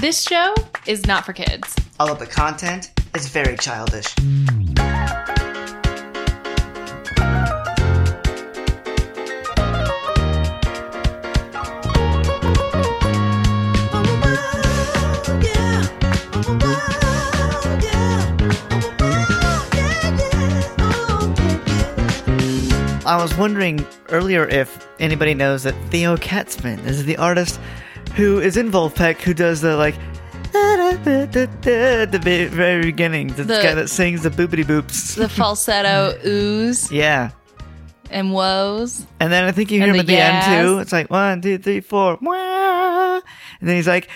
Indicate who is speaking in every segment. Speaker 1: This show is not for kids.
Speaker 2: All of the content is very childish. I was wondering earlier if anybody knows that Theo Katzman is the artist who is in Volpec who does the like at the be- very beginning. The,
Speaker 1: The-
Speaker 2: guy that sings the boopity boops.
Speaker 1: The falsetto oohs
Speaker 2: yeah.
Speaker 1: and woes.
Speaker 2: And then I think you hear
Speaker 1: And
Speaker 2: him at
Speaker 1: the
Speaker 2: the end too.
Speaker 1: yes.
Speaker 2: It's like one, two, three, four. Wah. And then he's like,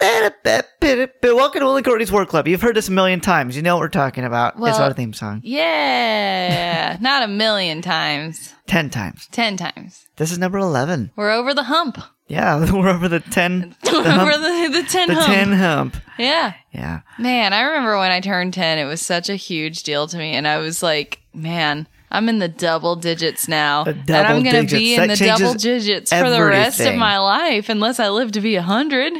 Speaker 2: Welcome to Will and Courtney's War Club. You've heard this a million times. You know what we're talking about. it's
Speaker 1: Well-
Speaker 2: our theme song.
Speaker 1: Yeah. not a million times.
Speaker 2: Ten times.
Speaker 1: Ten times.
Speaker 2: This is number 11.
Speaker 1: We're over the hump.
Speaker 2: Yeah, we're over the 10. The
Speaker 1: over
Speaker 2: hump.
Speaker 1: the, the ten
Speaker 2: the
Speaker 1: hump.
Speaker 2: 10 hump.
Speaker 1: Yeah.
Speaker 2: Yeah.
Speaker 1: Man, I remember when I turned 10, it was such a huge deal to me. And I was like, man, I'm in the double digits now.
Speaker 2: The
Speaker 1: and I'm
Speaker 2: double
Speaker 1: gonna be
Speaker 2: digits.
Speaker 1: in
Speaker 2: That
Speaker 1: the double
Speaker 2: changes
Speaker 1: digits for the rest of
Speaker 2: everything.
Speaker 1: my life unless I live to be 100.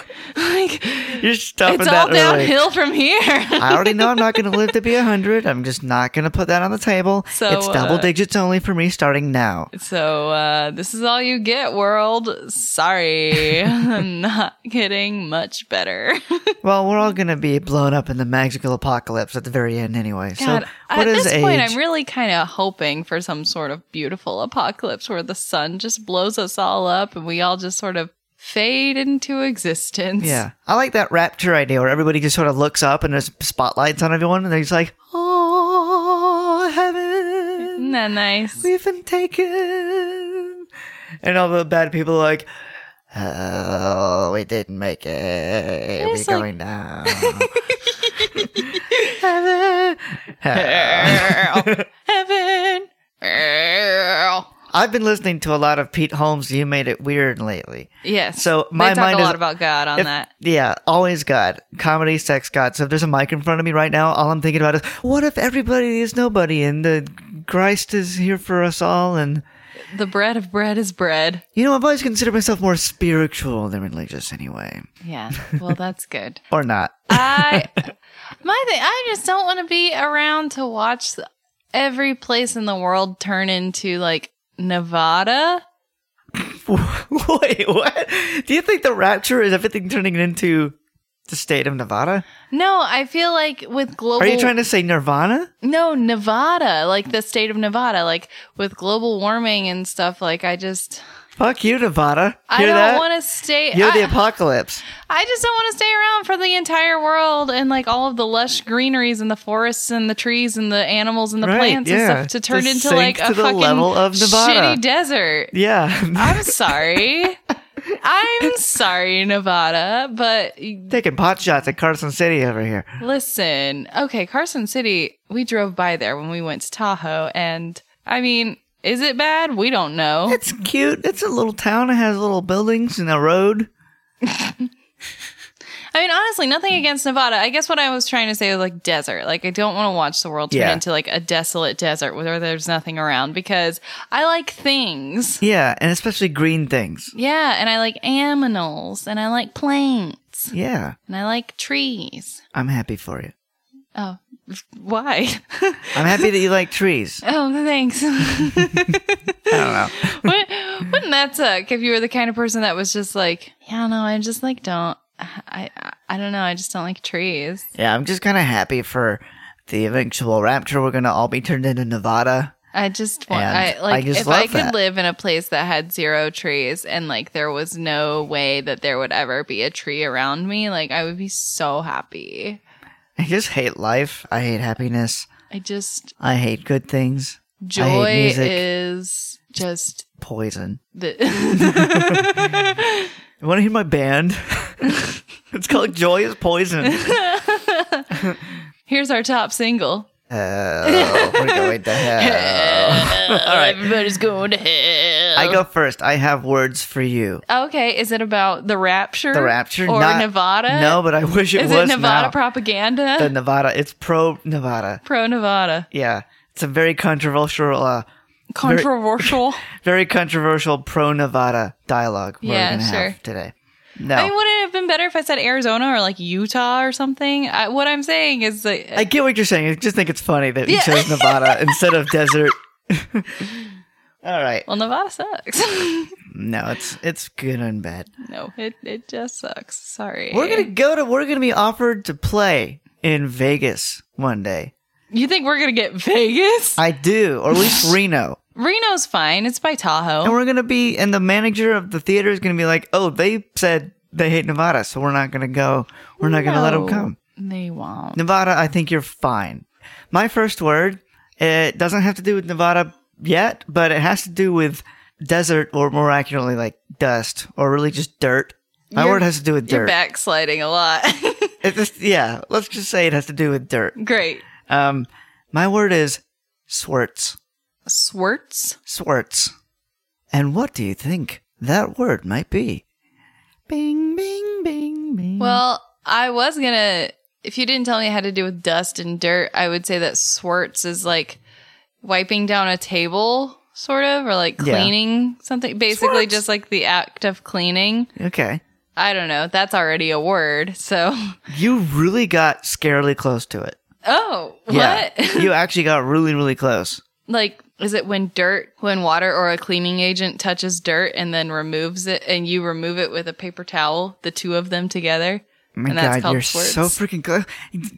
Speaker 1: like,
Speaker 2: You're stopping
Speaker 1: it's all
Speaker 2: that early.
Speaker 1: downhill from here.
Speaker 2: I already know I'm not going to live to be 100. I'm just not going to put that on the table.
Speaker 1: So,
Speaker 2: it's double
Speaker 1: uh,
Speaker 2: digits only for me starting now.
Speaker 1: so, uh, this is all you get, world. Sorry. I'm not getting much better.
Speaker 2: Well, we're all going to be blown up in the magical apocalypse at the very end anyway.
Speaker 1: God,
Speaker 2: so, what
Speaker 1: at
Speaker 2: is
Speaker 1: this
Speaker 2: age?
Speaker 1: point, I'm really kind of hoping for some sort of beautiful apocalypse where the sun just blows us all up and we all just sort of fade into existence.
Speaker 2: yeah. I like that rapture idea where everybody just sort of looks up and there's spotlights on everyone and they're just like, oh, heaven.
Speaker 1: Isn't that nice?
Speaker 2: We've been taken. And all the bad people are like, oh, we didn't make it. We're
Speaker 1: It's like-
Speaker 2: going down. Heaven.
Speaker 1: Earl. Heaven. Earl.
Speaker 2: I've been listening to a lot of Pete Holmes' You Made It Weird lately.
Speaker 1: Yes.
Speaker 2: So my
Speaker 1: they talk
Speaker 2: mind
Speaker 1: a
Speaker 2: is-
Speaker 1: lot about God on
Speaker 2: If-
Speaker 1: that.
Speaker 2: Yeah, always God. Comedy, sex, God. So if there's a mic in front of me right now, all I'm thinking about is, what if everybody is nobody and the Christ is here for us all? And,
Speaker 1: The bread of bread is bread.
Speaker 2: you know, I've always considered myself more spiritual than religious anyway.
Speaker 1: Yeah. Well, that's good.
Speaker 2: Or not.
Speaker 1: I my thing I just don't want to be around to watch every place in the world turn into like Nevada.
Speaker 2: Wait, what? Do you think the rapture is everything turning into the state of Nevada?
Speaker 1: No, I feel like with global
Speaker 2: Are you trying to say Nirvana?
Speaker 1: No, Nevada, like the state of Nevada, like with global warming and stuff like I just
Speaker 2: Fuck you, Nevada.
Speaker 1: I
Speaker 2: Hear
Speaker 1: don't
Speaker 2: that?
Speaker 1: want to stay
Speaker 2: You're the
Speaker 1: I,
Speaker 2: apocalypse.
Speaker 1: I just don't want to stay around for the entire world and like all of the lush greeneries and the forests and the trees and the animals and the
Speaker 2: Right,
Speaker 1: plants
Speaker 2: yeah.
Speaker 1: and stuff to turn
Speaker 2: Just
Speaker 1: into like
Speaker 2: sink
Speaker 1: a
Speaker 2: to the
Speaker 1: fucking
Speaker 2: level of Nevada.
Speaker 1: shitty desert.
Speaker 2: Yeah.
Speaker 1: I'm sorry. I'm sorry, Nevada, but
Speaker 2: Taking pot shots at Carson City over here.
Speaker 1: listen. Okay, Carson City, we drove by there when we went to Tahoe, and I mean, is it bad? We don't know.
Speaker 2: It's cute. It's a little town. It has little buildings and a road.
Speaker 1: I mean, honestly, nothing against Nevada. I guess what I was trying to say was like desert. Like, I don't want to watch the world turn
Speaker 2: Yeah.
Speaker 1: into like a desolate desert where there's nothing around because I like things.
Speaker 2: Yeah, and especially green things.
Speaker 1: Yeah, and I like animals, and I like plants,
Speaker 2: Yeah,
Speaker 1: and I like trees.
Speaker 2: I'm happy for you.
Speaker 1: Oh, why?
Speaker 2: I'm happy that you like trees.
Speaker 1: Oh, thanks.
Speaker 2: I don't know.
Speaker 1: Wouldn't wouldn't that suck if you were the kind of person that was just like, yeah, no, I just like don't, I, I, I don't know, I just don't like trees.
Speaker 2: Yeah, I'm just kind of happy for the eventual rapture. We're gonna all be turned into Nevada.
Speaker 1: I just want,
Speaker 2: And
Speaker 1: I like,
Speaker 2: I just
Speaker 1: if I
Speaker 2: love
Speaker 1: could
Speaker 2: that.
Speaker 1: live in a place that had zero trees and like there was no way that there would ever be a tree around me, like I would be so happy.
Speaker 2: I just hate life. I hate happiness.
Speaker 1: I just
Speaker 2: I hate good things.
Speaker 1: joy
Speaker 2: music.
Speaker 1: is just
Speaker 2: Poison.
Speaker 1: the.
Speaker 2: You want to hear my band? it's called Joy is Poison.
Speaker 1: Here's our top single.
Speaker 2: Oh, we're going to hell. all right,
Speaker 1: Everybody's going to hell.
Speaker 2: I go first. I have words for you.
Speaker 1: Okay, is it about the rapture?
Speaker 2: The rapture,
Speaker 1: or
Speaker 2: not-
Speaker 1: Nevada?
Speaker 2: No, but I wish it
Speaker 1: is
Speaker 2: was
Speaker 1: it Nevada
Speaker 2: now.
Speaker 1: propaganda?
Speaker 2: the Nevada. It's pro Nevada.
Speaker 1: Pro Nevada,
Speaker 2: Yeah, it's a very controversial, uh,
Speaker 1: controversial.
Speaker 2: very controversial pro Nevada dialogue. We're
Speaker 1: Yeah,
Speaker 2: gonna
Speaker 1: sure.
Speaker 2: have today. No.
Speaker 1: I mean, wouldn't it have been better if I said Arizona or like Utah or something? I, what I'm saying is that
Speaker 2: I get what you're saying. I just think it's funny that you
Speaker 1: Yeah.
Speaker 2: chose Nevada instead of desert. All right.
Speaker 1: well, Nevada sucks.
Speaker 2: No, it's it's good and bad.
Speaker 1: no, it it just sucks. Sorry.
Speaker 2: We're gonna go to. We're gonna be offered to play in Vegas one day.
Speaker 1: You think we're gonna get Vegas?
Speaker 2: I do, or at least Reno.
Speaker 1: Reno's fine. It's by
Speaker 2: And
Speaker 1: Tahoe.
Speaker 2: we're gonna be, and the manager of the theater is gonna be like, "Oh, they said they hate Nevada, so we're not gonna go. We're not gonna let them
Speaker 1: No,
Speaker 2: come."
Speaker 1: They won't.
Speaker 2: Nevada, I think you're fine. My first word, it doesn't have to do with Nevada yet, but it has to do with desert, or more accurately, like dust, or really just dirt. My
Speaker 1: You're-
Speaker 2: word has to do with
Speaker 1: You're
Speaker 2: dirt.
Speaker 1: backsliding a lot.
Speaker 2: It just, yeah, let's just say it has to do with dirt.
Speaker 1: Great.
Speaker 2: Um, my word is swartz.
Speaker 1: Swartz.
Speaker 2: Swartz. And what do you think that word might be? Bing, bing, bing, bing.
Speaker 1: Well, I was gonna. If you didn't tell me it had to do with dust and dirt, I would say that swartz is like wiping down a table, sort of, or like
Speaker 2: Yeah.
Speaker 1: cleaning something. Basically,
Speaker 2: Swartz.
Speaker 1: just like the act of cleaning.
Speaker 2: okay.
Speaker 1: I don't know. That's already a word. So,
Speaker 2: You really got scarily close to it.
Speaker 1: oh,
Speaker 2: Yeah.
Speaker 1: what?
Speaker 2: you actually got really, really close.
Speaker 1: like, is it when dirt, when water or a cleaning agent touches dirt and then removes it, and you remove it with a paper towel, the two of them together?
Speaker 2: My
Speaker 1: And that's
Speaker 2: God,
Speaker 1: called
Speaker 2: you're
Speaker 1: swartz.
Speaker 2: so freaking close.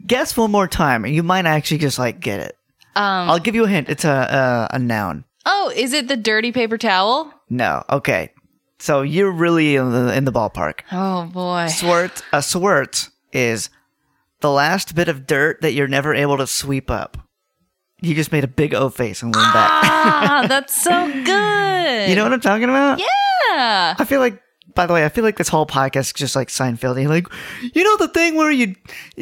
Speaker 2: Guess one more time, and you might actually just like get it.
Speaker 1: Um,
Speaker 2: I'll give you a hint. It's a a, a noun.
Speaker 1: oh, is it the dirty paper towel?
Speaker 2: No. Okay. So you're really in the, in the ballpark.
Speaker 1: Oh boy.
Speaker 2: Swert, a swert is the last bit of dirt that you're never able to sweep up. You just made a big O face and leaned back.
Speaker 1: Ah, that's so good.
Speaker 2: You know what I'm talking about?
Speaker 1: Yeah.
Speaker 2: I feel like, by the way, I feel like this whole podcast is just like Seinfeld. You're like, you know the thing where you,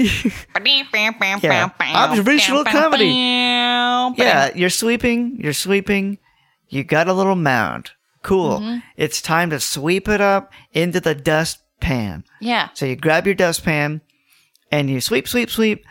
Speaker 3: Yeah.
Speaker 2: Observational comedy.
Speaker 3: Yeah.
Speaker 2: yeah, you're sweeping, you're sweeping, you got a little mound. Cool. It's time to sweep it up into the dustpan.
Speaker 1: Yeah.
Speaker 2: So you grab your dustpan and you sweep, sweep, sweep,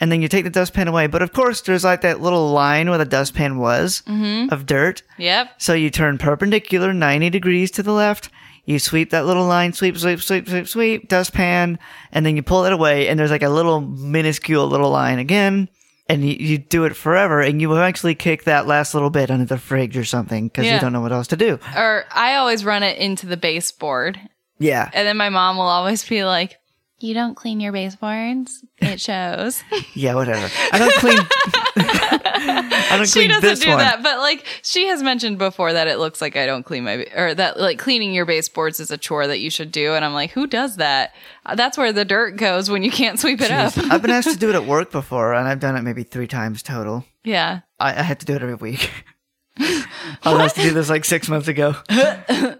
Speaker 2: and then you take the dustpan away. But of course, there's like that little line where the dustpan was of dirt.
Speaker 1: Yep.
Speaker 2: So you turn perpendicular 90 degrees to the left. You sweep that little line, sweep, sweep, sweep, sweep, sweep, dustpan, and then you pull it away, and there's like a little minuscule little line again. And you, you do it forever, and you will actually kick that last little bit under the fridge or something because you
Speaker 1: Yeah.
Speaker 2: don't know what else to do.
Speaker 1: Or I always run it into the baseboard.
Speaker 2: Yeah.
Speaker 1: And then my mom will always be like, You don't clean your baseboards. It shows.
Speaker 2: Yeah, whatever. I don't clean. I don't
Speaker 1: she
Speaker 2: clean
Speaker 1: doesn't
Speaker 2: this
Speaker 1: do
Speaker 2: one.
Speaker 1: that. But like she has mentioned before that it looks like I don't clean my, or that like cleaning your baseboards is a chore that you should do. And I'm like, Who does that? Uh, That's where the dirt goes when you can't sweep it up.
Speaker 2: I've been asked to do it at work before, and I've done it maybe three times total.
Speaker 1: yeah.
Speaker 2: I, I had to do it every week. I was asked to do this like six months ago. but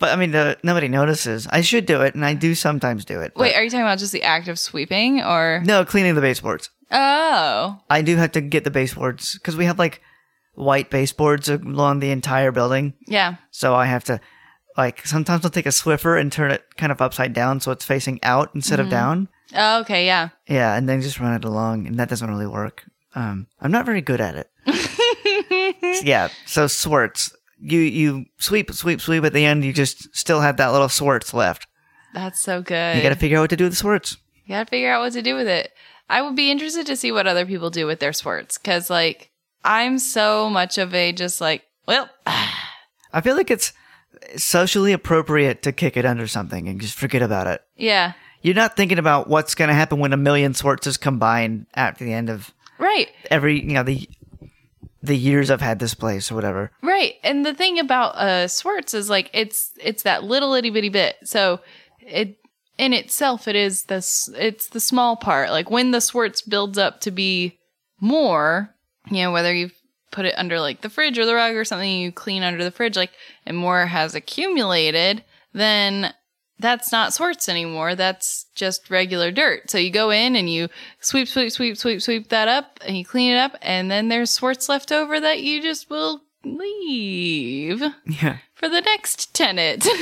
Speaker 2: I mean, the, nobody notices. I should do it, and I do sometimes do it. but-
Speaker 1: Wait, are you talking about just the act of sweeping or?
Speaker 2: no, cleaning the baseboards.
Speaker 1: Oh.
Speaker 2: I do have to get the baseboards because we have like white baseboards along the entire building.
Speaker 1: Yeah.
Speaker 2: So I have to, like, sometimes I'll take a Swiffer and turn it kind of upside down so it's facing out instead of down.
Speaker 1: Oh, okay, yeah.
Speaker 2: Yeah, and then just run it along, and that doesn't really work. Um, I'm not very good at it. yeah, so swarts. You you sweep, sweep, sweep. At the end, you just still have that little swarts left.
Speaker 1: That's so good.
Speaker 2: You got to figure out what to do with the swarts.
Speaker 1: figure out what to do with it. I would be interested to see what other people do with their swarts because, like, I'm so much of a just like, well,
Speaker 2: I feel like it's socially appropriate to kick it under something and just forget about it.
Speaker 1: yeah,
Speaker 2: You're not thinking about what's going to happen when a million swarts is combined at the end of
Speaker 1: right,
Speaker 2: every you know the the years I've had this place or whatever.
Speaker 1: right. And the thing about uh swarts is like it's it's that little itty bitty bit. So it in itself it is this it's the small part. Like when the swarts builds up to be more, you know, whether you've put it under like the fridge or the rug or something you clean under the fridge, like, and more has accumulated, then that's not swarts anymore. That's just regular dirt. So you go in and you sweep, sweep, sweep, sweep, sweep that up and you clean it up. And then there's swarts left over that you just will leave
Speaker 2: Yeah.
Speaker 1: for the next tenant.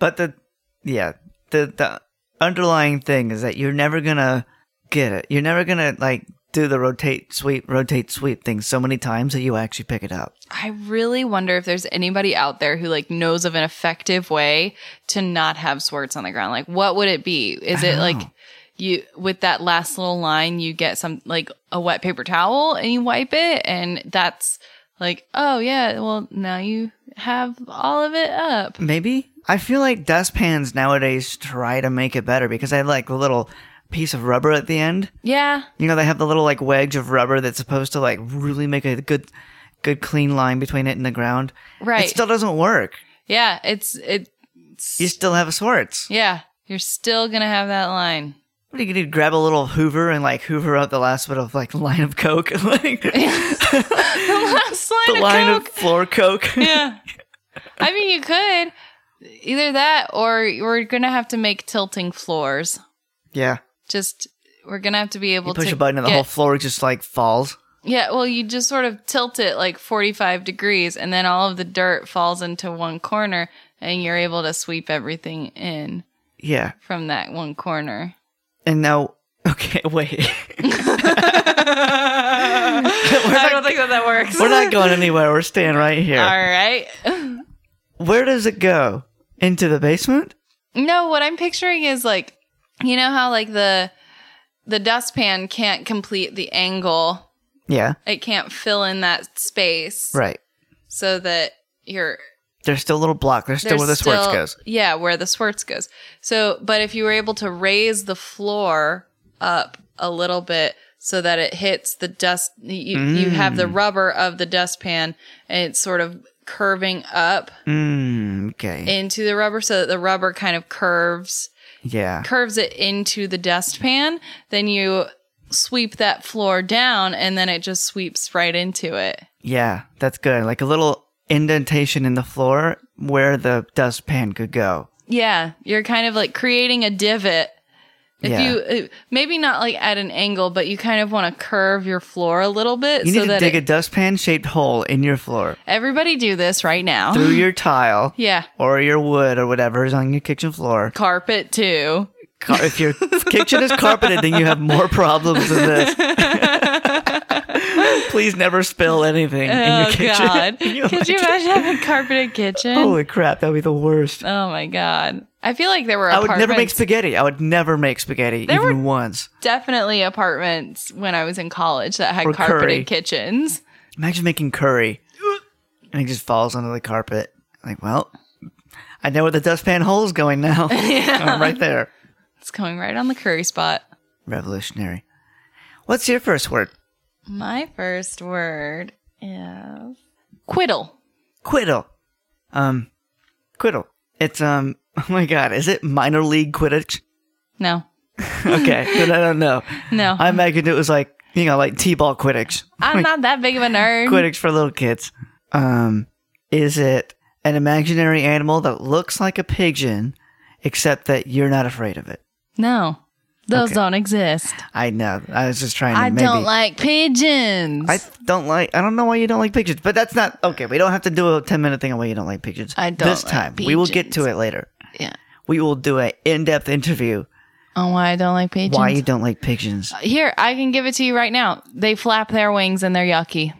Speaker 2: But the yeah, the the underlying thing is that you're never gonna get it. You're never gonna like do the rotate, sweep, rotate, sweep thing so many times that you actually pick it up.
Speaker 1: I really wonder if there's anybody out there who like knows of an effective way to not have swords on the ground. Like, what would it be? Is
Speaker 2: I
Speaker 1: it
Speaker 2: don't
Speaker 1: like
Speaker 2: know.
Speaker 1: you with that last little line, you get some like a wet paper towel and you wipe it, and that's like, oh yeah, well now you have all of it up.
Speaker 2: Maybe I feel like dustpans nowadays try to make it better because they have like a little piece of rubber at the end.
Speaker 1: Yeah,
Speaker 2: You know, they have the little like wedge of rubber that's supposed to like really make a good, good clean line between it and the ground.
Speaker 1: right.
Speaker 2: It still doesn't work.
Speaker 1: yeah, it's it.
Speaker 2: You still have Swartz.
Speaker 1: Yeah, you're still gonna have that line.
Speaker 2: What are you gonna do? Grab a little Hoover and like Hoover out the last bit of like line of Coke, like
Speaker 1: The last line
Speaker 2: the
Speaker 1: of
Speaker 2: line
Speaker 1: Coke.
Speaker 2: of floor Coke.
Speaker 1: yeah. I mean, you could either that or we're gonna have to make tilting floors.
Speaker 2: yeah,
Speaker 1: Just we're gonna have to be able
Speaker 2: you push
Speaker 1: to
Speaker 2: a button and the
Speaker 1: get-
Speaker 2: whole floor just like falls.
Speaker 1: Yeah, well, you just sort of tilt it like forty-five degrees, and then all of the dirt falls into one corner, and you're able to sweep everything in
Speaker 2: Yeah,
Speaker 1: from that one corner.
Speaker 2: and now okay, wait,
Speaker 1: I don't think that that works.
Speaker 2: we're not going anywhere. We're staying right here.
Speaker 1: All right.
Speaker 2: Where does it go? Into the basement?
Speaker 1: No, what I'm picturing is like, you know how like the the dustpan can't complete the angle.
Speaker 2: Yeah,
Speaker 1: It can't fill in that space,
Speaker 2: right.
Speaker 1: So that you're
Speaker 2: There's still a little block. There's still
Speaker 1: there's
Speaker 2: where the Swartz goes.
Speaker 1: Yeah, where the Swartz goes. So, but if you were able to raise the floor up a little bit so that it hits the dust, you, you have
Speaker 2: Mm.
Speaker 1: the rubber of the dustpan and it's sort of curving up
Speaker 2: Mm, okay.
Speaker 1: into the rubber so that the rubber kind of curves
Speaker 2: yeah.
Speaker 1: curves it into the dustpan, then you sweep that floor down and then it just sweeps right into it.
Speaker 2: Yeah, that's good. Like a little indentation in the floor where the dustpan could go.
Speaker 1: Yeah, you're kind of like creating a divot. If
Speaker 2: Yeah.
Speaker 1: you uh, maybe not like at an angle, but you kind of want to curve your floor a little bit
Speaker 2: You
Speaker 1: so
Speaker 2: need to
Speaker 1: that
Speaker 2: dig
Speaker 1: it-
Speaker 2: a dustpan shaped hole in your floor
Speaker 1: everybody do this right now.
Speaker 2: through your tile
Speaker 1: yeah,
Speaker 2: or your wood or whatever is on your kitchen floor.
Speaker 1: carpet too.
Speaker 2: Car- If your kitchen is carpeted, then you have more problems than this. Please never spill anything in your
Speaker 1: Oh
Speaker 2: kitchen. Oh.
Speaker 1: God!
Speaker 2: You're
Speaker 1: Could you
Speaker 2: like,
Speaker 1: imagine having a carpeted kitchen?
Speaker 2: Holy crap, that'd be the worst.
Speaker 1: Oh my God! I feel like there were
Speaker 2: I would never make
Speaker 1: apartments
Speaker 2: spaghetti. I would never make spaghetti
Speaker 1: There
Speaker 2: even once.
Speaker 1: definitely apartments when I was in college that had
Speaker 2: Or
Speaker 1: carpeted
Speaker 2: curry.
Speaker 1: kitchens.
Speaker 2: Imagine making curry and it just falls onto the carpet. Like, well, I know where the dustpan hole's going now. I'm right there.
Speaker 1: It's going right on the curry spot.
Speaker 2: Revolutionary. What's your first word?
Speaker 1: My first word is quiddle.
Speaker 2: Quiddle. Um, quiddle. It's um. Oh my god, is it minor league Quidditch?
Speaker 1: No,
Speaker 2: Okay, then I don't know.
Speaker 1: no,
Speaker 2: I imagined it was like you know, like t-ball Quidditch.
Speaker 1: I'm not that big of a nerd.
Speaker 2: Quidditch for little kids. Um, is it an imaginary animal that looks like a pigeon, except that you're not afraid of it?
Speaker 1: No, those
Speaker 2: Okay.
Speaker 1: don't exist.
Speaker 2: I know. I was just trying to
Speaker 1: I
Speaker 2: maybe.
Speaker 1: don't like pigeons.
Speaker 2: I
Speaker 1: I,
Speaker 2: don't like. I don't know why you don't like pigeons, but that's not okay. We don't have to do a ten minute thing on why you don't like pigeons.
Speaker 1: I don't
Speaker 2: This
Speaker 1: like
Speaker 2: time we will get
Speaker 1: pigeons.
Speaker 2: to it later.
Speaker 1: Yeah.
Speaker 2: we will do an in depth interview
Speaker 1: on why I don't like pigeons.
Speaker 2: why you don't like pigeons.
Speaker 1: Here, I can give it to you right now. They flap their wings and they're yucky.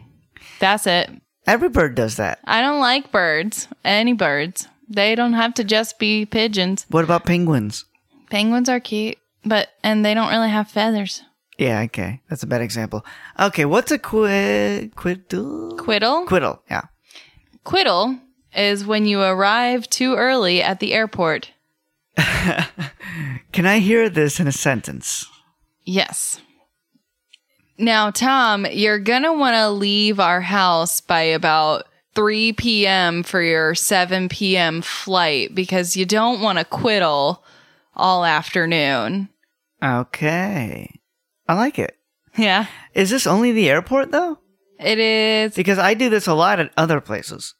Speaker 1: That's it.
Speaker 2: Every bird does that.
Speaker 1: I don't like birds. Any birds. They don't have to just be pigeons.
Speaker 2: What about penguins?
Speaker 1: Penguins are cute, but and they don't really have feathers.
Speaker 2: Yeah, okay, that's a bad example. Okay, what's a quid quiddle?
Speaker 1: Quiddle.
Speaker 2: Quiddle. Yeah.
Speaker 1: Quiddle is when you arrive too early at the airport.
Speaker 2: Can I hear this in a sentence?
Speaker 1: Yes. Now, Tom, you're going to want to leave our house by about 3 p.m. for your 7 p.m. flight because you don't want to quiddle all afternoon.
Speaker 2: Okay, I like it.
Speaker 1: Yeah.
Speaker 2: Is this only the airport though?
Speaker 1: It is.
Speaker 2: Because I do this a lot at other places.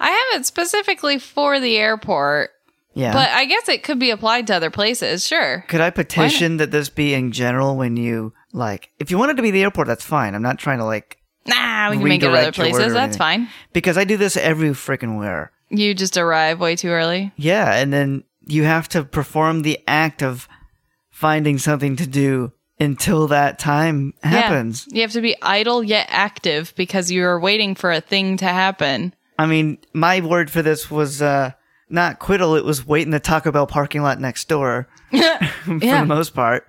Speaker 1: I have it specifically for the airport,
Speaker 2: Yeah.
Speaker 1: but I guess it could be applied to other places. Sure.
Speaker 2: Could I petition that this be in general when you like if you want it to be the airport, that's fine. I'm not trying to like
Speaker 1: Nah, we can make it other
Speaker 2: Redirect your word
Speaker 1: places.
Speaker 2: or
Speaker 1: That's fine.
Speaker 2: because I do this every freaking where.
Speaker 1: You just arrive way too early.
Speaker 2: Yeah, and then you have to perform the act of finding something to do until that time happens.
Speaker 1: You have to be idle yet active because you're waiting for a thing to happen.
Speaker 2: I mean, my word for this was uh, not quiddle, it was wait in the Taco Bell parking lot next door for
Speaker 1: Yeah.
Speaker 2: the most part.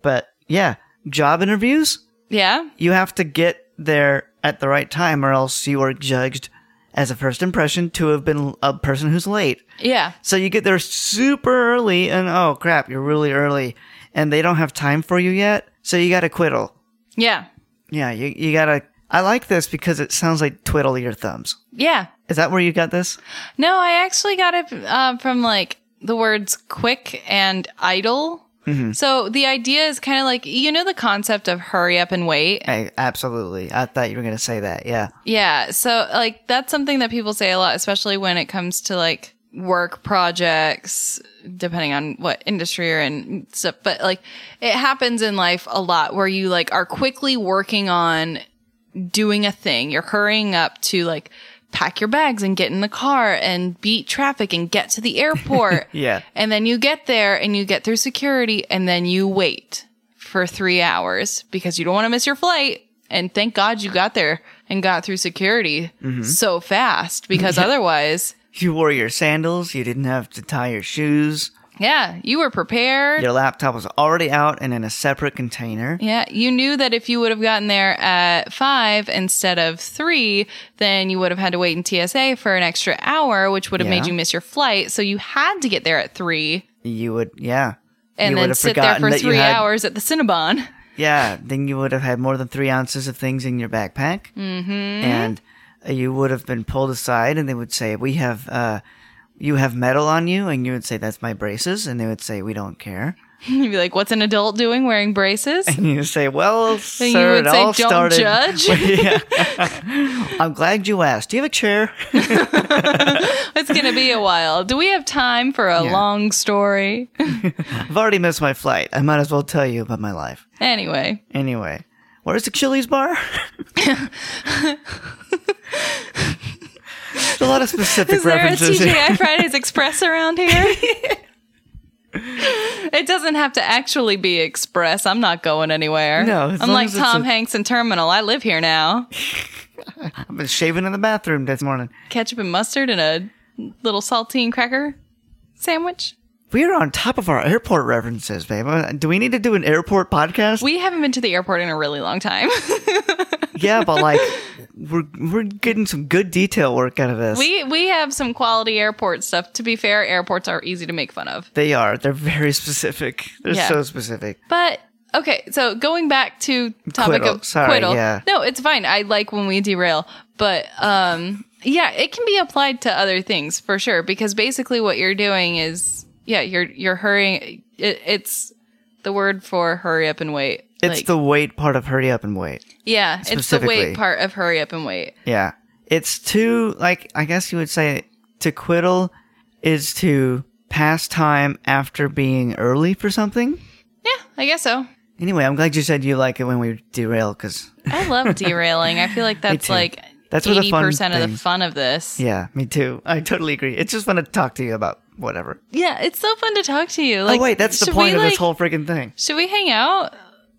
Speaker 2: But yeah, job interviews,
Speaker 1: Yeah.
Speaker 2: you have to get there at the right time or else you are judged as a first impression to have been a person who's late.
Speaker 1: Yeah.
Speaker 2: So you get there super early and oh crap, you're really early and they don't have time for you yet. So you got to quiddle.
Speaker 1: Yeah.
Speaker 2: Yeah, you, you got to. I like this because it sounds like twiddle your thumbs.
Speaker 1: Yeah.
Speaker 2: Is that where you got this?
Speaker 1: No, I actually got it uh, from like the words quick and idle. So the idea is kind of like you know the concept of hurry up and wait.
Speaker 2: I, absolutely. I thought you were going to say that. Yeah.
Speaker 1: Yeah. So like that's something that people say a lot, especially when it comes to like work projects, depending on what industry you're in stuff. But like it happens in life a lot where you like are quickly working on doing a thing. You're hurrying up to like pack your bags and get in the car and beat traffic and get to the airport.
Speaker 2: Yeah.
Speaker 1: And then you get there and you get through security and then you wait for three hours because you don't want to miss your flight. And thank God you got there and got through security so fast because otherwise,
Speaker 2: You wore your sandals. You didn't have to tie your shoes.
Speaker 1: yeah, you were prepared.
Speaker 2: Your laptop was already out and in a separate container.
Speaker 1: Yeah, you knew that if you would have gotten there at five instead of three, then you would have had to wait in TSA for an extra hour, which would have
Speaker 2: Yeah.
Speaker 1: made you miss your flight. So you had to get there at three
Speaker 2: You would, yeah.
Speaker 1: and
Speaker 2: you would
Speaker 1: then
Speaker 2: have
Speaker 1: sit there
Speaker 2: forgotten
Speaker 1: for
Speaker 2: that you
Speaker 1: three
Speaker 2: had-
Speaker 1: hours at the Cinnabon.
Speaker 2: Yeah. Then you would have had more than three ounces of things in your backpack. Mm-hmm. And uh, you would have been pulled aside and they would say, we have, uh, you have metal on you. And you would say, that's my braces. And they would say, we don't care.
Speaker 1: You'd be like, what's an adult doing wearing braces?
Speaker 2: And you say, well,
Speaker 1: And
Speaker 2: sir,
Speaker 1: you would
Speaker 2: it
Speaker 1: say,
Speaker 2: all
Speaker 1: don't
Speaker 2: started.
Speaker 1: judge.
Speaker 2: Yeah. I'm glad you asked. Do you have a chair?
Speaker 1: it's going to be a while. Do we have time for a
Speaker 2: Yeah.
Speaker 1: long story?
Speaker 2: I've already missed my flight. I might as well tell you about my life.
Speaker 1: anyway,
Speaker 2: Anyway, where's the Chili's bar? There's a lot of specific
Speaker 1: is there a
Speaker 2: references. here.
Speaker 1: TGI Fridays Express around here? It doesn't have to actually be express. I'm not going anywhere.
Speaker 2: No, as
Speaker 1: I'm
Speaker 2: long
Speaker 1: like
Speaker 2: as it's
Speaker 1: Tom
Speaker 2: a-
Speaker 1: Hanks in Terminal. I live here now.
Speaker 2: I've been shaving in the bathroom this morning.
Speaker 1: Ketchup and mustard and a little saltine cracker sandwich.
Speaker 2: We are on top of our airport references, babe. Uh, Do we need to do an airport podcast?
Speaker 1: We haven't been to the airport in a really long time.
Speaker 2: yeah, but like we're we're getting some good detail work out of this.
Speaker 1: we we have some quality airport stuff. To be fair, airports are easy to make fun of.
Speaker 2: they are. They're very specific. They're
Speaker 1: Yeah.
Speaker 2: so specific.
Speaker 1: But okay, so going back to topic
Speaker 2: Quiddle.
Speaker 1: of
Speaker 2: Sorry,
Speaker 1: quiddle.
Speaker 2: yeah.
Speaker 1: No, it's fine. I like when we derail, but um yeah, it can be applied to other things for sure because basically what you're doing is yeah, you're you're hurrying it, it's the word for hurry up and wait.
Speaker 2: It's
Speaker 1: Like,
Speaker 2: the wait part of hurry up and wait.
Speaker 1: yeah, it's the
Speaker 2: specifically.
Speaker 1: wait part of hurry up and wait.
Speaker 2: Yeah. It's to, like, I guess you would say to quiddle is to pass time after being early for something.
Speaker 1: Yeah, I guess so.
Speaker 2: Anyway, I'm glad you said you like it when we derail because,
Speaker 1: I love derailing. I feel like that's
Speaker 2: too.
Speaker 1: like
Speaker 2: That's where the
Speaker 1: eighty
Speaker 2: fun
Speaker 1: percent of the
Speaker 2: things-
Speaker 1: fun of this.
Speaker 2: yeah, me too. I totally agree. It's just fun to talk to you about whatever.
Speaker 1: Yeah, it's so fun to talk to you. Like,
Speaker 2: oh, wait, that's the
Speaker 1: should we,
Speaker 2: point of
Speaker 1: like-
Speaker 2: this whole freaking thing.
Speaker 1: Should we hang out?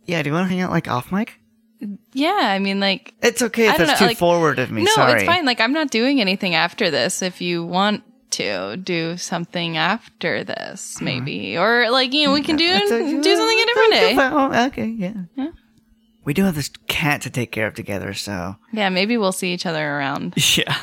Speaker 2: Yeah, do you want to hang out, like, off mic?
Speaker 1: Yeah, I mean, like,
Speaker 2: It's okay
Speaker 1: I
Speaker 2: if
Speaker 1: don't
Speaker 2: that's
Speaker 1: know,
Speaker 2: too
Speaker 1: like-
Speaker 2: forward of me.
Speaker 1: No,
Speaker 2: Sorry.
Speaker 1: it's fine. Like I'm not doing anything after this. If you want to do something after this, maybe, or like you know, we can do
Speaker 2: Hmm. That's okay.
Speaker 1: do something a different day.
Speaker 2: Oh, Okay, yeah.
Speaker 1: Yeah.
Speaker 2: We do have this cat to take care of together, so.
Speaker 1: Yeah, maybe we'll see each other around.
Speaker 2: Yeah.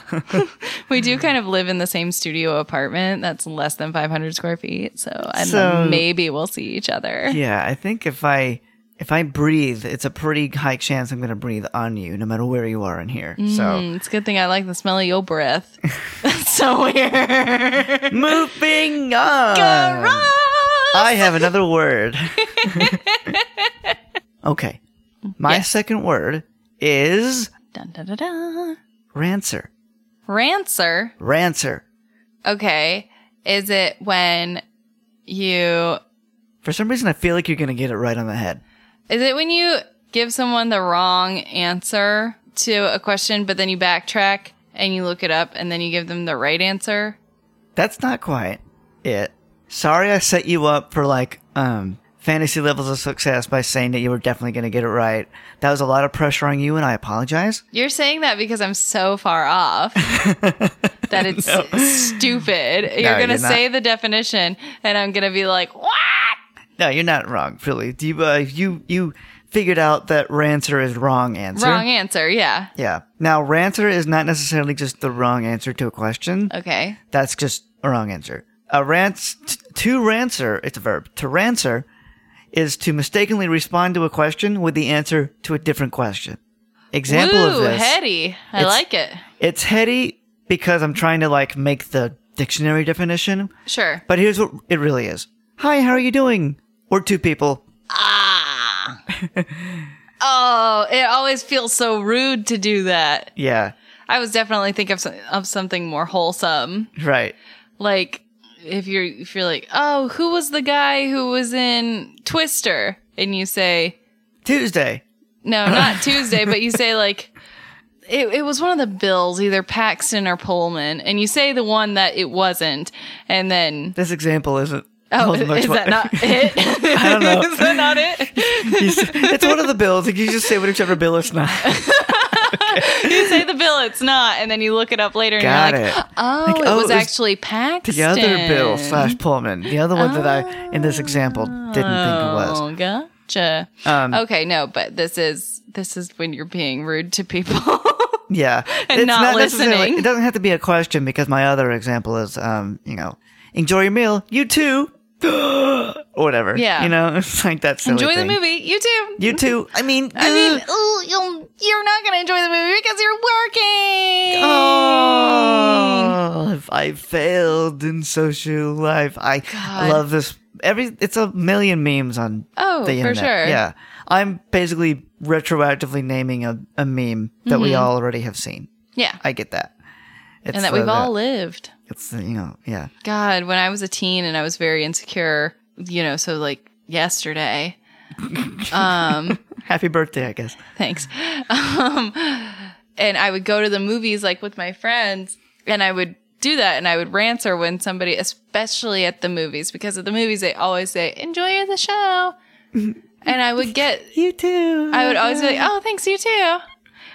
Speaker 1: We
Speaker 2: Hmm.
Speaker 1: do kind of live in the same studio apartment that's less than 500 square feet, so and
Speaker 2: So-
Speaker 1: maybe we'll see each other.
Speaker 2: Yeah, I think if I if I breathe, it's a pretty high chance I'm going to breathe on you, no matter where you are in here. So
Speaker 1: Mm, it's a good thing I like the smell of your breath. That's so weird.
Speaker 2: moving on,
Speaker 1: Gross!
Speaker 2: Uh, I have another word. okay, my
Speaker 1: Yes.
Speaker 2: second word is
Speaker 1: Dun, dun, dun, dun.
Speaker 2: rancer.
Speaker 1: Rancer.
Speaker 2: Rancer.
Speaker 1: Okay. Is it when you
Speaker 2: For some reason, I feel like you're going to get it right on the head.
Speaker 1: is it when you give someone the wrong answer to a question but then you backtrack and you look it up and then you give them the right answer?
Speaker 2: That's not quite it. Sorry, I set you up for like um fantasy levels of success by saying that you were definitely going to get it right. That was a lot of pressure on you, and I apologize.
Speaker 1: You're saying that because I'm so far off that it's stupid. You're going
Speaker 2: you're
Speaker 1: to
Speaker 2: not.
Speaker 1: say the definition and I'm going to be like, what?
Speaker 2: No, you're not wrong, really. You uh, you you figured out that rancer is wrong answer.
Speaker 1: Wrong answer. Yeah.
Speaker 2: Yeah. Now, rancer is not necessarily just the wrong answer to a question.
Speaker 1: Okay.
Speaker 2: That's just a wrong answer. A rants t- to rancer, it's a verb. To rancer is to mistakenly respond to a question with the answer to a different question. Example of
Speaker 1: Ooh,
Speaker 2: this.
Speaker 1: heady. I
Speaker 2: It's-
Speaker 1: like it.
Speaker 2: It's heady because I'm trying to like make the dictionary definition,
Speaker 1: Sure.
Speaker 2: but here's what it really is. Hi, how are you doing? We're two people.
Speaker 1: Ah. oh, it always feels so rude to do that.
Speaker 2: Yeah,
Speaker 1: I was definitely think of, some, of something more wholesome.
Speaker 2: right.
Speaker 1: Like if you're if you're like, "Oh, who was the guy who was in Twister?" and you say,
Speaker 2: Tuesday.
Speaker 1: No, not Tuesday, but you say like it, it was one of the bills, either Paxton or Pullman, and you say the one that it wasn't, and then
Speaker 2: This example isn't.
Speaker 1: oh,
Speaker 2: Holden Looks
Speaker 1: is
Speaker 2: Wa-
Speaker 1: that not it?
Speaker 2: I don't know.
Speaker 1: is that not it?
Speaker 2: it's one of the bills. Like, you just say whichever bill it's not.
Speaker 1: you say the bill, it's not, and then you look it up later, and
Speaker 2: Got
Speaker 1: you're like,
Speaker 2: it.
Speaker 1: oh,
Speaker 2: Like,
Speaker 1: it
Speaker 2: oh,
Speaker 1: was
Speaker 2: it was
Speaker 1: actually Paxton.
Speaker 2: The other Bill slash Pullman, the other one that I in this example didn't think it was.
Speaker 1: Oh, gotcha.
Speaker 2: Um,
Speaker 1: okay, no, but this is this is when you're being rude to people.
Speaker 2: Yeah,
Speaker 1: And not
Speaker 2: necessarily-
Speaker 1: listening.
Speaker 2: It doesn't have to be a question because my other example is, um, you know, enjoy your meal. You too, or whatever.
Speaker 1: Yeah.
Speaker 2: you know, it's like that silly
Speaker 1: Enjoy the
Speaker 2: thing.
Speaker 1: movie, you too.
Speaker 2: You too. I mean,
Speaker 1: I mean,
Speaker 2: ugh.
Speaker 1: ooh, you'll, you're not going to enjoy the movie because you're working.
Speaker 2: oh, if I failed in social life. I
Speaker 1: God.
Speaker 2: love this. Every it's a million memes on
Speaker 1: Oh,
Speaker 2: the
Speaker 1: for
Speaker 2: internet.
Speaker 1: sure.
Speaker 2: Yeah. I'm basically retroactively naming a, a meme that we all already have seen.
Speaker 1: Yeah.
Speaker 2: I get that.
Speaker 1: Mm-hmm.
Speaker 2: It's
Speaker 1: and that
Speaker 2: the-
Speaker 1: we've all
Speaker 2: the-
Speaker 1: lived.
Speaker 2: It's the, you know yeah
Speaker 1: God, when I was a teen and I was very insecure, you know, so like yesterday. um,
Speaker 2: happy birthday I guess
Speaker 1: thanks. Um, and I would go to the movies like with my friends and I would do that and I would ranter when somebody, especially at the movies, because at the movies, they always say, enjoy the show. and I would get
Speaker 2: you too
Speaker 1: I would always be like, "Oh, thanks you too."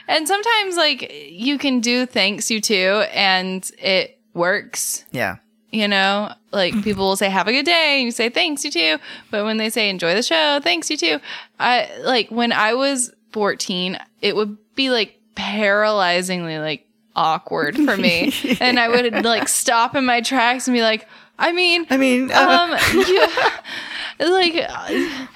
Speaker 1: And sometimes like you can do thanks you too and it works,
Speaker 2: yeah
Speaker 1: you know? Like people will say have a good day and you say thanks you too, but when they say enjoy the show, thanks you too. I like when I was 14, it would be like paralyzingly like awkward for me. And I would like stop in my tracks and be like, "I mean,
Speaker 2: I mean uh,
Speaker 1: um, you, like, uh,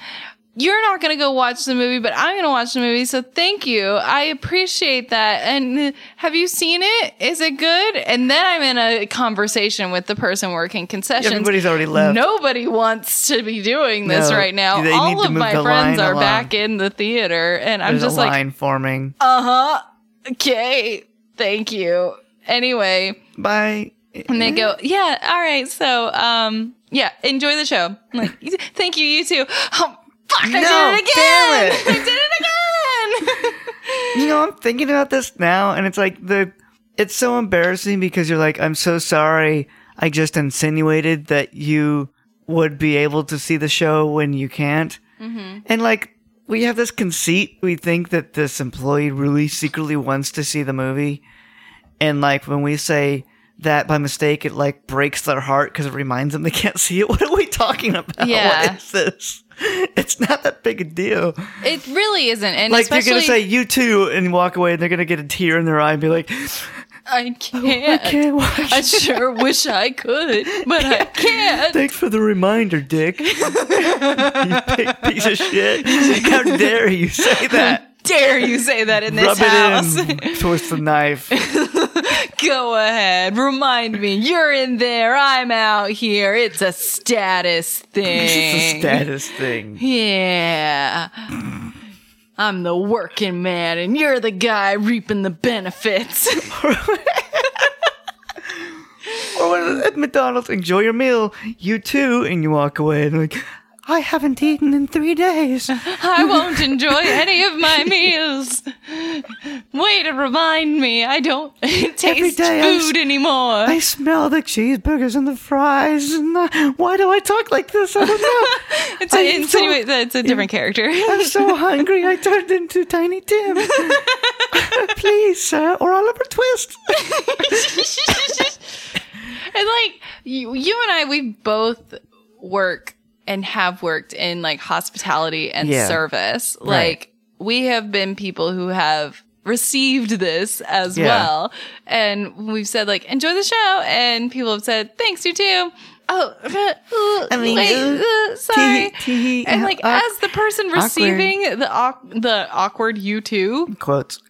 Speaker 1: you're not gonna go watch the movie, but I'm gonna watch the movie. So thank you. I appreciate that. And uh, have you seen it? Is it good? And then I'm in a conversation with the person working concessions.
Speaker 2: everybody's already left
Speaker 1: Nobody wants to be doing this
Speaker 2: No,
Speaker 1: right now.
Speaker 2: they need
Speaker 1: All
Speaker 2: to
Speaker 1: of
Speaker 2: move
Speaker 1: my
Speaker 2: the
Speaker 1: friends
Speaker 2: line
Speaker 1: are
Speaker 2: along.
Speaker 1: back in the theater, and I'm
Speaker 2: there's
Speaker 1: just
Speaker 2: a
Speaker 1: like,
Speaker 2: line forming
Speaker 1: uh huh, okay, thank you. Anyway,
Speaker 2: bye
Speaker 1: and they
Speaker 2: Mm-hmm.
Speaker 1: go, yeah, all right. So, um, yeah, enjoy the show. I'm like, thank you, you too. Oh, fuck, I did
Speaker 2: No,
Speaker 1: it again.
Speaker 2: damn
Speaker 1: I did it again.
Speaker 2: you know I'm thinking about this now and it's like the it's so embarrassing because you're like I'm so sorry I just insinuated that you would be able to see the show when you can't and like we have this conceit we think that this employee really secretly wants to see the movie and like when we say that by mistake it like breaks their heart because it reminds them they can't see it what are we talking about
Speaker 1: Yeah.
Speaker 2: what is this it's not that big a deal
Speaker 1: it really isn't. And
Speaker 2: like
Speaker 1: especially,
Speaker 2: they're gonna say you too and walk away and they're gonna get a tear in their eye and be like
Speaker 1: I
Speaker 2: i
Speaker 1: can't. I,
Speaker 2: can't watch it.
Speaker 1: sure wish I could, but I can't.
Speaker 2: thanks for the reminder dick you big piece of shit how dare you say that
Speaker 1: Dare you say that in this
Speaker 2: rub
Speaker 1: house?
Speaker 2: it in twist the knife
Speaker 1: Go ahead, remind me. You're in there. I'm out here. It's a status
Speaker 2: it's
Speaker 1: thing.
Speaker 2: a status thing
Speaker 1: Yeah. I'm the working man, and you're the guy reaping the benefits.
Speaker 2: or when at mcdonald's enjoy your meal you too and you walk away and like I haven't eaten in three days.
Speaker 1: I won't enjoy any of my meals. Way to remind me I don't taste
Speaker 2: day I s-
Speaker 1: food anymore.
Speaker 2: I smell the cheeseburgers and the fries. And the, why do I talk like this? I don't know.
Speaker 1: it's a,
Speaker 2: I don't-
Speaker 1: insinuate that it's a different character.
Speaker 2: I'm so hungry. I turned into Tiny Tim. Please, sir, or Oliver Twist.
Speaker 1: and like you, you and I, we both work and have worked in like hospitality and
Speaker 2: Yeah.
Speaker 1: service.
Speaker 2: Right.
Speaker 1: Like we have been people who have received this as
Speaker 2: Yeah.
Speaker 1: well, and we've said like enjoy the show, and people have said thanks you too. Oh, I
Speaker 2: I mean,
Speaker 1: wait,
Speaker 2: uh,
Speaker 1: uh, sorry.
Speaker 2: tee- tee-
Speaker 1: and like
Speaker 2: awk-
Speaker 1: as the person receiving the awk- the awkward you too,
Speaker 2: Quotes.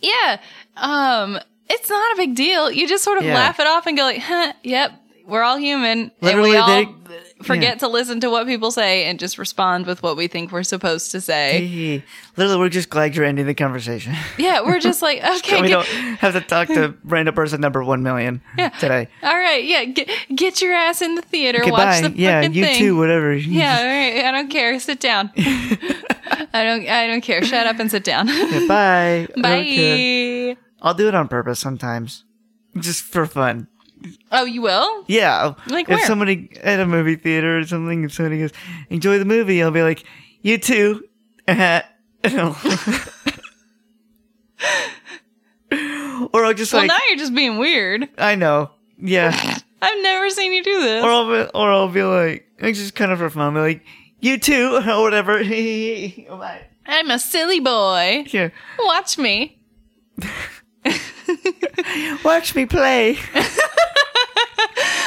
Speaker 1: yeah. Um, it's not a big deal. You just sort of
Speaker 2: Yeah.
Speaker 1: laugh it off and go like, huh, yep, we're all human. and we
Speaker 2: Literally,
Speaker 1: all
Speaker 2: they-
Speaker 1: forget to listen to what people say and just respond with what we think we're supposed to say.
Speaker 2: Literally, we're just glad you're ending the conversation.
Speaker 1: yeah, we're just like, okay,
Speaker 2: we
Speaker 1: get,
Speaker 2: don't have to talk to random person number one million today.
Speaker 1: all right, yeah, get, get your ass in the theater,
Speaker 2: Okay,
Speaker 1: watch
Speaker 2: bye.
Speaker 1: the
Speaker 2: Yeah,
Speaker 1: fucking
Speaker 2: you
Speaker 1: thing.
Speaker 2: too. Whatever.
Speaker 1: Yeah, all right, I don't care. Sit down. I don't. I don't care. Shut up and sit down.
Speaker 2: Bye. I don't care.
Speaker 1: Bye.
Speaker 2: I'll do it on purpose sometimes, just for fun.
Speaker 1: Oh, you will?
Speaker 2: Yeah.
Speaker 1: Like
Speaker 2: if
Speaker 1: where?
Speaker 2: somebody at a movie theater or something, if somebody goes, enjoy the movie, I'll be like, you too. Uh-huh. or I'll just
Speaker 1: Well,
Speaker 2: like,
Speaker 1: now you're just being weird.
Speaker 2: I know. Yeah.
Speaker 1: I've never seen you do this.
Speaker 2: or, I'll be, or I'll be like, it's just kind of for fun. I'll be like, you too, or whatever. Oh, Bye.
Speaker 1: I'm a silly boy.
Speaker 2: yeah.
Speaker 1: Watch me.
Speaker 2: Watch me play.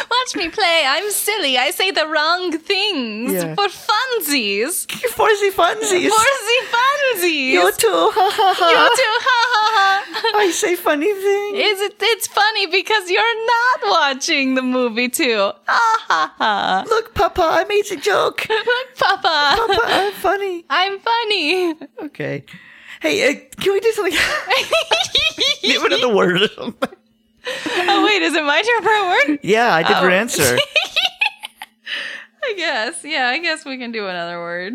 Speaker 1: Watch me play. I'm silly. I say the wrong things
Speaker 2: Yeah.
Speaker 1: for funsies.
Speaker 2: Forzy funsies.
Speaker 1: Forzy funsies.
Speaker 2: you too. Ha ha
Speaker 1: You
Speaker 2: ha.
Speaker 1: too. Ha ha ha.
Speaker 2: I say funny things.
Speaker 1: Is it, it's funny because you're not watching the movie too. Ha ha ha.
Speaker 2: Look, Papa, I made a joke.
Speaker 1: Look, Papa.
Speaker 2: Papa, I'm funny.
Speaker 1: I'm funny.
Speaker 2: Okay. Hey, uh, can we do something? Give another word or something.
Speaker 1: oh, wait. Is it my turn for a word?
Speaker 2: Yeah, I did your
Speaker 1: Oh.
Speaker 2: answer.
Speaker 1: I guess. Yeah, I guess we can do another word.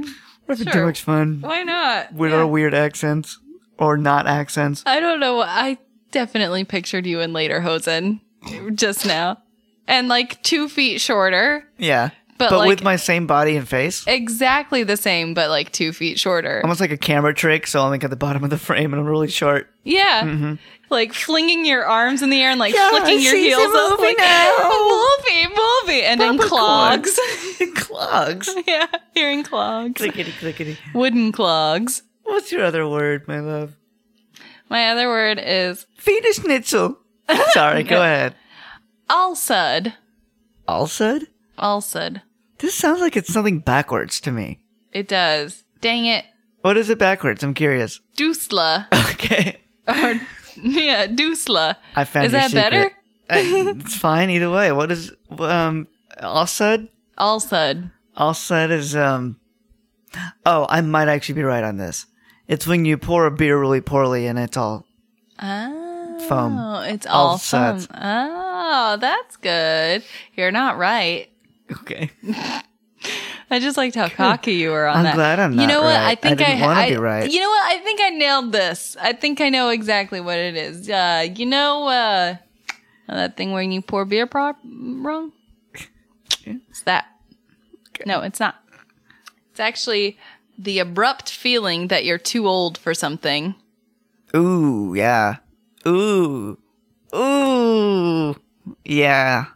Speaker 2: We're having
Speaker 1: Sure.
Speaker 2: too much fun
Speaker 1: Why not?
Speaker 2: with
Speaker 1: Yeah.
Speaker 2: our weird accents or not accents.
Speaker 1: I don't know. I definitely pictured you in later hosen just now, and like two feet shorter,
Speaker 2: Yeah.
Speaker 1: But
Speaker 2: But,
Speaker 1: like-
Speaker 2: with my same body and face.
Speaker 1: exactly the same, but like two feet shorter.
Speaker 2: Almost like a camera trick, so I'm like at the bottom of the frame and I'm really short.
Speaker 1: yeah, like flinging your arms in the air and like
Speaker 2: Mm-hmm. Yeah,
Speaker 1: flicking
Speaker 2: I
Speaker 1: your
Speaker 2: see the
Speaker 1: heels up,
Speaker 2: movie
Speaker 1: like
Speaker 2: now.
Speaker 1: movie, movie, and then
Speaker 2: Popcorn.
Speaker 1: clogs.
Speaker 2: Clogs.
Speaker 1: yeah, hearing clogs,
Speaker 2: clickety clickety.
Speaker 1: wooden clogs.
Speaker 2: What's your other word, my love?
Speaker 1: My other word is
Speaker 2: Fetus schnitzel. Sorry, go ahead.
Speaker 1: alsud.
Speaker 2: Also,
Speaker 1: Alsud.
Speaker 2: this sounds like it's something backwards to me.
Speaker 1: It does. Dang it,
Speaker 2: What is it backwards? I'm curious.
Speaker 1: doosla.
Speaker 2: Okay.
Speaker 1: or yeah, Doosla.
Speaker 2: I found
Speaker 1: Is
Speaker 2: your
Speaker 1: that
Speaker 2: secret.
Speaker 1: better?
Speaker 2: I- it's fine either way. What is um Alsud?
Speaker 1: All sud.
Speaker 2: Alsud is um Oh, I might actually be right on this. It's when you pour a beer really poorly and it's all
Speaker 1: Oh,
Speaker 2: Foam.
Speaker 1: it's all,
Speaker 2: All
Speaker 1: foam.
Speaker 2: suds.
Speaker 1: Oh, that's good. You're not right.
Speaker 2: okay.
Speaker 1: I just liked how cocky you were on
Speaker 2: I'm
Speaker 1: that.
Speaker 2: glad I'm
Speaker 1: You
Speaker 2: not
Speaker 1: know what?
Speaker 2: right.
Speaker 1: I
Speaker 2: I
Speaker 1: think I,
Speaker 2: didn't wanna
Speaker 1: I-
Speaker 2: be right.
Speaker 1: You know what? I think I nailed this. I think I know exactly what it is. Uh, you know uh, that thing where you pour beer pro- wrong? It's that. No, it's not. It's actually the abrupt feeling that you're too old for something.
Speaker 2: Ooh, yeah. Ooh. Ooh. Yeah.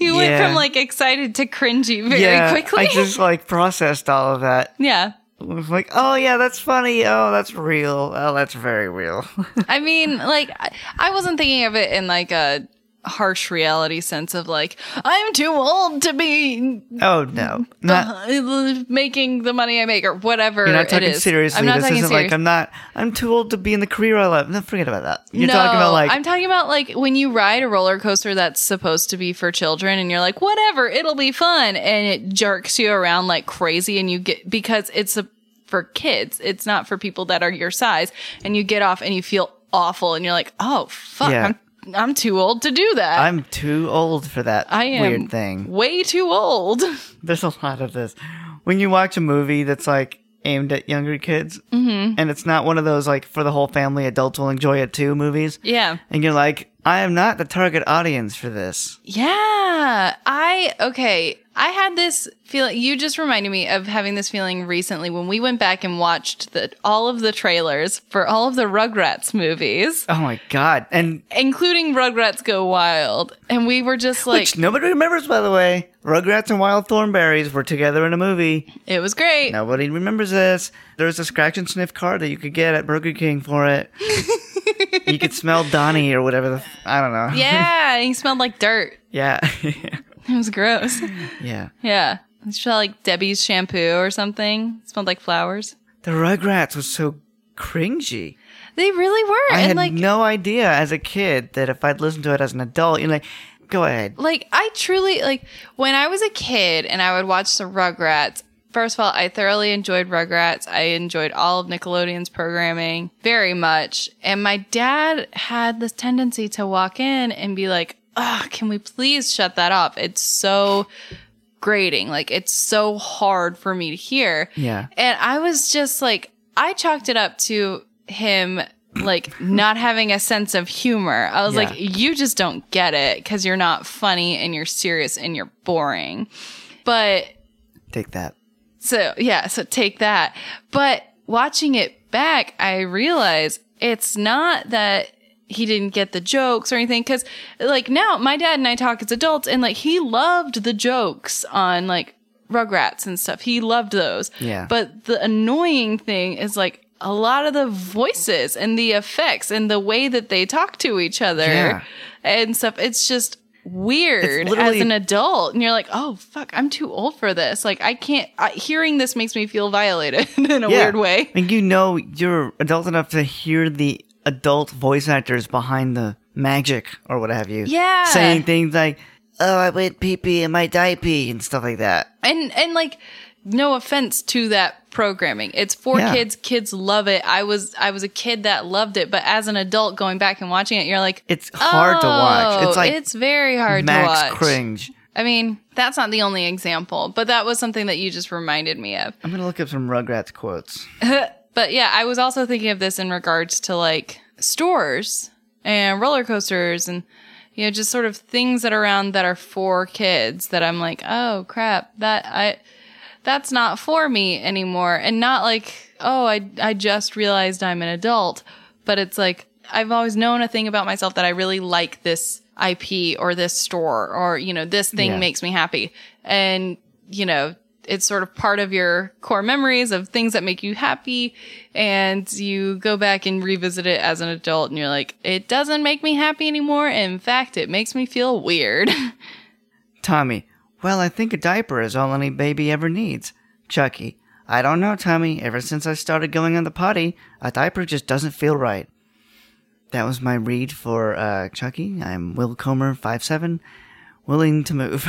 Speaker 1: You went
Speaker 2: Yeah.
Speaker 1: from like excited to cringy very
Speaker 2: yeah.
Speaker 1: quickly.
Speaker 2: I just like processed all of that.
Speaker 1: yeah.
Speaker 2: I was like, "Oh yeah, that's funny. Oh, that's real. Oh, that's very real."
Speaker 1: I mean, like, I, I wasn't thinking of it in like a harsh reality sense of like, I'm too old to be
Speaker 2: oh
Speaker 1: Uh-huh.
Speaker 2: no. Not
Speaker 1: uh, making the money I make or whatever.
Speaker 2: You're not
Speaker 1: it
Speaker 2: talking
Speaker 1: is.
Speaker 2: seriously.
Speaker 1: I'm not
Speaker 2: this
Speaker 1: talking
Speaker 2: isn't
Speaker 1: serious.
Speaker 2: like I'm not. I'm too old to be in the career I love. No, forget about that. You're
Speaker 1: no,
Speaker 2: talking about like
Speaker 1: I'm talking about like when you ride a roller coaster that's supposed to be for children and you're like, whatever, it'll be fun. And it jerks you around like crazy and you get, because it's a, for kids, it's not for people that are your size. And you get off and you feel awful and you're like, oh, fuck,
Speaker 2: Yeah.
Speaker 1: I'm I'm too old to do that.
Speaker 2: I'm too old for that
Speaker 1: I am
Speaker 2: weird thing.
Speaker 1: way too old.
Speaker 2: There's a lot of this. When you watch a movie that's like aimed at younger kids,
Speaker 1: hmm
Speaker 2: and it's not one of those like for the whole family, adults will enjoy it too movies,
Speaker 1: Yeah.
Speaker 2: and you're like, I am not the target audience for this.
Speaker 1: Yeah. I, okay. I had this feeling, you just reminded me of having this feeling recently when we went back and watched the, all of the trailers for all of the Rugrats movies,
Speaker 2: Oh my god! And
Speaker 1: including Rugrats Go Wild. And we were just like,
Speaker 2: which nobody remembers, by the way. Rugrats and Wild Thornberries were together in a movie.
Speaker 1: it was great.
Speaker 2: Nobody remembers this. There was a scratch and sniff card that you could get at Burger King for it. you could smell Donnie or whatever. The f- I don't know.
Speaker 1: Yeah. and he smelled like dirt.
Speaker 2: yeah.
Speaker 1: It was gross.
Speaker 2: yeah.
Speaker 1: yeah. It smelled like Debbie's shampoo or something. It smelled like flowers.
Speaker 2: The Rugrats was so cringy.
Speaker 1: They really were.
Speaker 2: I
Speaker 1: and
Speaker 2: had
Speaker 1: like,
Speaker 2: no idea as a kid that if I'd listened to it as an adult, you're like, go ahead.
Speaker 1: like I truly like when I was a kid and I would watch the Rugrats. First of all, I thoroughly enjoyed Rugrats. I enjoyed all of Nickelodeon's programming very much. And my dad had this tendency to walk in and be like, "Ah, can we please shut that off? It's so grating. Like it's so hard for me to hear."
Speaker 2: Yeah.
Speaker 1: And I was just like, I chalked it up to him like not having a sense of humor. I was
Speaker 2: Yeah.
Speaker 1: like, you just don't get it because you're not funny and you're serious and you're boring. But
Speaker 2: Take that.
Speaker 1: so, yeah, so take that. But watching it back, I realize it's not that he didn't get the jokes or anything cuz like now my dad and I talk as adults and like he loved the jokes on like Rugrats and stuff. He loved those.
Speaker 2: Yeah.
Speaker 1: But the annoying thing is like a lot of the voices and the effects and the way that they talk to each other
Speaker 2: Yeah.
Speaker 1: and stuff. It's just weird as
Speaker 2: literally-
Speaker 1: an adult and you're like oh fuck i'm too old for this like i can't I, hearing this makes me feel violated in a
Speaker 2: Yeah.
Speaker 1: weird way
Speaker 2: And you know you're adult enough to hear the adult voice actors behind the magic or what have you.
Speaker 1: Yeah.
Speaker 2: Saying things like, oh, I went pee pee in my diaper and stuff like that.
Speaker 1: and and like no offense to that programming it's for
Speaker 2: Yeah.
Speaker 1: kids kids love it i was i was a kid that loved it but as an adult going back and watching it you're like
Speaker 2: It's hard to watch.
Speaker 1: "Oh,
Speaker 2: It's like
Speaker 1: it's very hard
Speaker 2: Max
Speaker 1: to watch
Speaker 2: cringe.
Speaker 1: i mean that's not the only example but that was something that you just reminded me of
Speaker 2: I'm going to look up some Rugrats quotes.
Speaker 1: But yeah, I was also thinking of this in regards to like stores and roller coasters and you know just sort of things that are around that are for kids that I'm like, "Oh crap, that I that's not for me anymore." And not like, "Oh, I I just realized I'm an adult." But it's like I've always known a thing about myself that I really like this IP or this store or you know, this thing
Speaker 2: Yeah.
Speaker 1: makes makes me happy. And, you know, it's sort of part of your core memories of things that make you happy. And you go back and revisit it as an adult and you're like, it doesn't make me happy anymore. In fact, it makes me feel weird.
Speaker 2: Tommy, well, I think a diaper is all any baby ever needs. Chucky, I don't know, Tommy. Ever since I started going on the potty, a diaper just doesn't feel right. That was my read for uh, Chucky. I'm Will Comer, five seven, willing to move.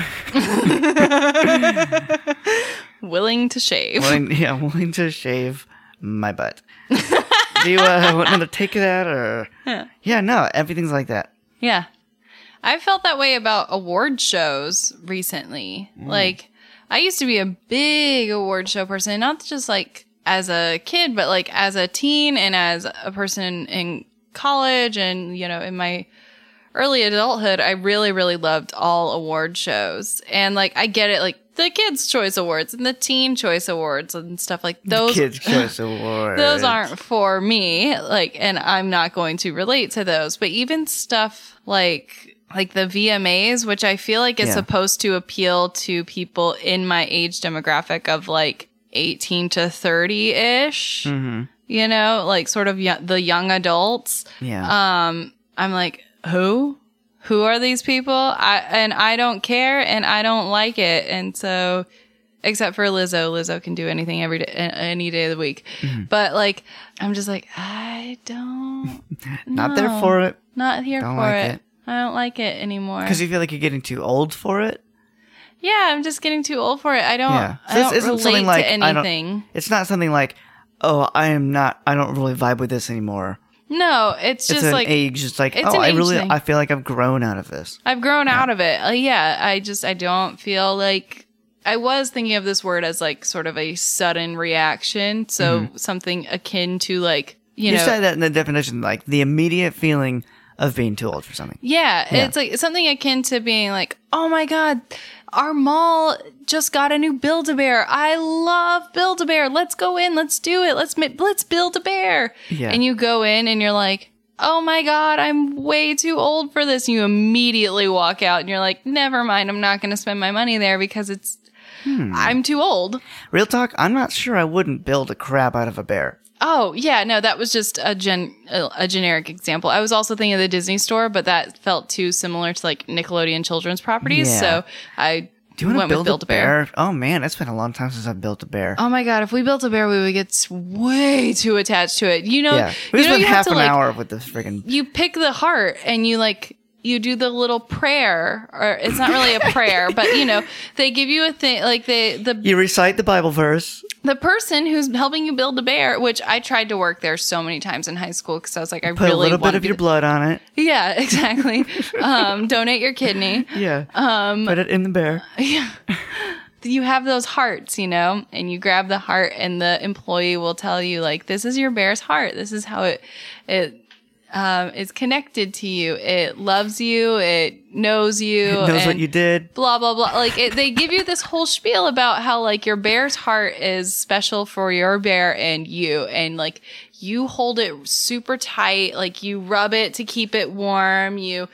Speaker 1: Willing to shave.
Speaker 2: willing, yeah, willing to shave my butt. Do you uh, want another take of that? Or... Yeah. no, everything's like that.
Speaker 1: Yeah. I felt that way about award shows recently. Like, I used to be a big award show person, not just like as a kid, but like as a teen and as a person in college and, you know, in my early adulthood, I really, really loved all award shows. And like, I get it, like the Kids' Choice Awards and the Teen Choice Awards and stuff like those.
Speaker 2: Kids' Choice Awards.
Speaker 1: Those aren't for me, like, and I'm not going to relate to those. But even stuff like like the VMAs, which I feel like is
Speaker 2: Yeah.
Speaker 1: supposed to appeal to people in my age demographic of like 18 to 30 ish, you know, like sort of yo- the young adults.
Speaker 2: Yeah.
Speaker 1: Um, I'm like, who? Who are these people? I and I don't care, and I don't like it, and so except for Lizzo. Lizzo can do anything every day, a- any day of the week.
Speaker 2: Mm-hmm.
Speaker 1: But like, I'm just like, I don't,
Speaker 2: Not there
Speaker 1: no.
Speaker 2: for it
Speaker 1: not here
Speaker 2: Don't
Speaker 1: for
Speaker 2: like
Speaker 1: it.
Speaker 2: it.
Speaker 1: I don't like it anymore.
Speaker 2: because you feel like you're getting too old for it.
Speaker 1: yeah, I'm just getting too old for it. I don't,
Speaker 2: Yeah.
Speaker 1: I
Speaker 2: This
Speaker 1: don't
Speaker 2: isn't
Speaker 1: relate
Speaker 2: something like,
Speaker 1: to
Speaker 2: I don't-
Speaker 1: anything.
Speaker 2: It's not something like, oh, I am not, I don't really vibe with this anymore.
Speaker 1: No, it's
Speaker 2: It's
Speaker 1: just
Speaker 2: an
Speaker 1: like
Speaker 2: age. It's like,
Speaker 1: it's
Speaker 2: oh,
Speaker 1: an
Speaker 2: I
Speaker 1: age
Speaker 2: really,
Speaker 1: thing.
Speaker 2: I feel like I've grown out of this.
Speaker 1: I've grown out of it. Uh, yeah, I just I don't feel like I was thinking of this word as like sort of a sudden reaction, so something akin to like you,
Speaker 2: Mm-hmm. You,
Speaker 1: know.
Speaker 2: said that in the definition, like the immediate feeling of being too old for something.
Speaker 1: yeah,
Speaker 2: Yeah.
Speaker 1: it's like something akin to being like, "Oh my god, our mall just got a new Build-A-Bear. I love Build-A-Bear. Let's go in. Let's do it. Let's ma- let's build a bear."
Speaker 2: Yeah.
Speaker 1: And you go in and you're like, "Oh my god, I'm way too old for this." You immediately walk out and you're like, "Never mind. I'm not going to spend my money there because it's
Speaker 2: Hmm.
Speaker 1: I'm too old."
Speaker 2: Real talk, I'm not sure I wouldn't build a crab out of a bear.
Speaker 1: Oh yeah, no, that was just a gen a, a generic example. I was also thinking of the Disney store, but that felt too similar to like Nickelodeon children's properties.
Speaker 2: Yeah.
Speaker 1: So I
Speaker 2: Do you want to
Speaker 1: went
Speaker 2: build,
Speaker 1: with Build
Speaker 2: a bear? Oh man, it's been a long time since I've built a bear.
Speaker 1: Oh my god, if we built a bear, we would get s- way too attached to it. You know,
Speaker 2: yeah, we
Speaker 1: you know,
Speaker 2: spent
Speaker 1: you have
Speaker 2: half
Speaker 1: to
Speaker 2: an
Speaker 1: like
Speaker 2: hour with this friggin'
Speaker 1: you pick the heart and you like you do the little prayer, or it's not really a prayer, but you know, they give you a thing like they the
Speaker 2: You recite the Bible verse.
Speaker 1: the person who's helping you build a bear, which I tried to work there so many times in high school because I was like, I
Speaker 2: Put
Speaker 1: really
Speaker 2: a little bit
Speaker 1: wanna
Speaker 2: of
Speaker 1: be
Speaker 2: your
Speaker 1: the-
Speaker 2: blood on it.
Speaker 1: Yeah, exactly. um, donate your kidney.
Speaker 2: Yeah. Um, Put it in the bear.
Speaker 1: You have those hearts, you know, and you grab the heart, and the employee will tell you like, "This is your bear's heart. This is how it it um, is connected to you. It loves you. It knows you.
Speaker 2: Knows what
Speaker 1: and
Speaker 2: you did.
Speaker 1: Blah blah blah. Like it, they give you this whole spiel about how like your bear's heart is special for your bear and you, and like you hold it super tight. Like you rub it to keep it warm. You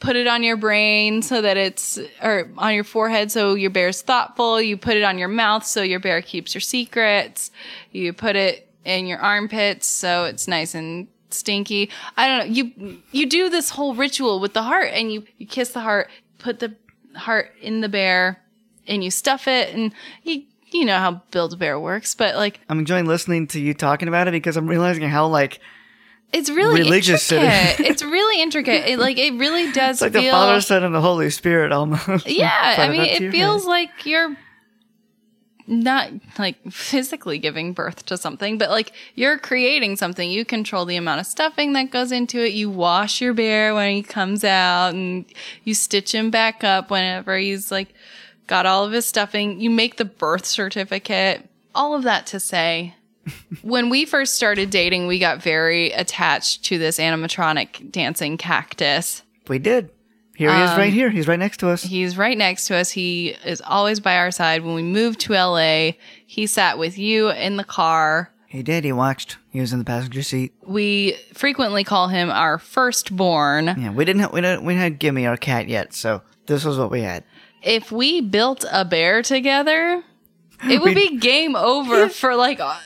Speaker 1: put it on your brain so that it's or on your forehead so your bear's thoughtful. You put it on your mouth so your bear keeps your secrets. You put it in your armpits so it's nice and stinky. I don't know. You you do this whole ritual with the heart and you you kiss the heart, put the heart in the bear and you stuff it and you you know how build a bear works, but like
Speaker 2: I'm enjoying listening to you talking about it because I'm realizing how like
Speaker 1: it's really
Speaker 2: Religious it
Speaker 1: intricate. it's really intricate. It, like it really does
Speaker 2: it's like
Speaker 1: feel
Speaker 2: the Father, Son, and the Holy Spirit almost.
Speaker 1: Yeah,
Speaker 2: Put
Speaker 1: I
Speaker 2: it
Speaker 1: mean,
Speaker 2: up to
Speaker 1: it
Speaker 2: your
Speaker 1: feels
Speaker 2: head.
Speaker 1: like you're not like physically giving birth to something, but like you're creating something. You control the amount of stuffing that goes into it. You wash your bear when he comes out and you stitch him back up whenever he's like got all of his stuffing. You make the birth certificate. All of that to say, when we first started dating, we got very attached to this animatronic dancing cactus.
Speaker 2: we did. Here he is,
Speaker 1: Um,
Speaker 2: right here. He's right next to us.
Speaker 1: He's right next to us. He is always by our side. When we moved to LA, he sat with you in the car.
Speaker 2: He did. He watched. He was in the passenger seat.
Speaker 1: We frequently call him our firstborn.
Speaker 2: Yeah, we didn't. Have, we didn't. We had Gimme our cat yet, so this was what we had.
Speaker 1: If we built a bear together, it would be game over for like uh,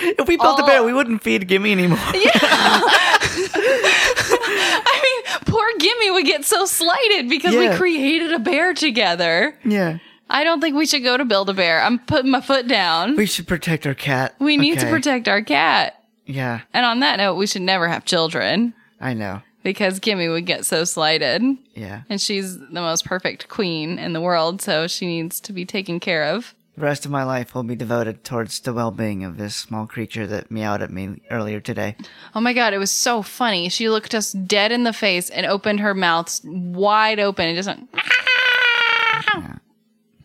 Speaker 2: If we built a
Speaker 1: All-
Speaker 2: bear, we wouldn't feed Gimme anymore.
Speaker 1: I mean, poor Gimme would get so slighted because we
Speaker 2: Yeah.
Speaker 1: created a bear together.
Speaker 2: yeah,
Speaker 1: I don't think we should go to build a bear. I'm putting my foot down. We,
Speaker 2: we should protect our cat.
Speaker 1: need to
Speaker 2: Okay.
Speaker 1: protect our cat.
Speaker 2: Yeah,
Speaker 1: And on that note, we should never have children.
Speaker 2: I know.
Speaker 1: because Kimmy would get so slighted.
Speaker 2: Yeah,
Speaker 1: And she's the most perfect queen in the world, so she needs to be taken care of.
Speaker 2: the rest of my life will be devoted towards the well-being of this small creature that meowed at me earlier today.
Speaker 1: Oh my god, it was so funny. She looked us dead in the face and opened her mouth wide open and just went,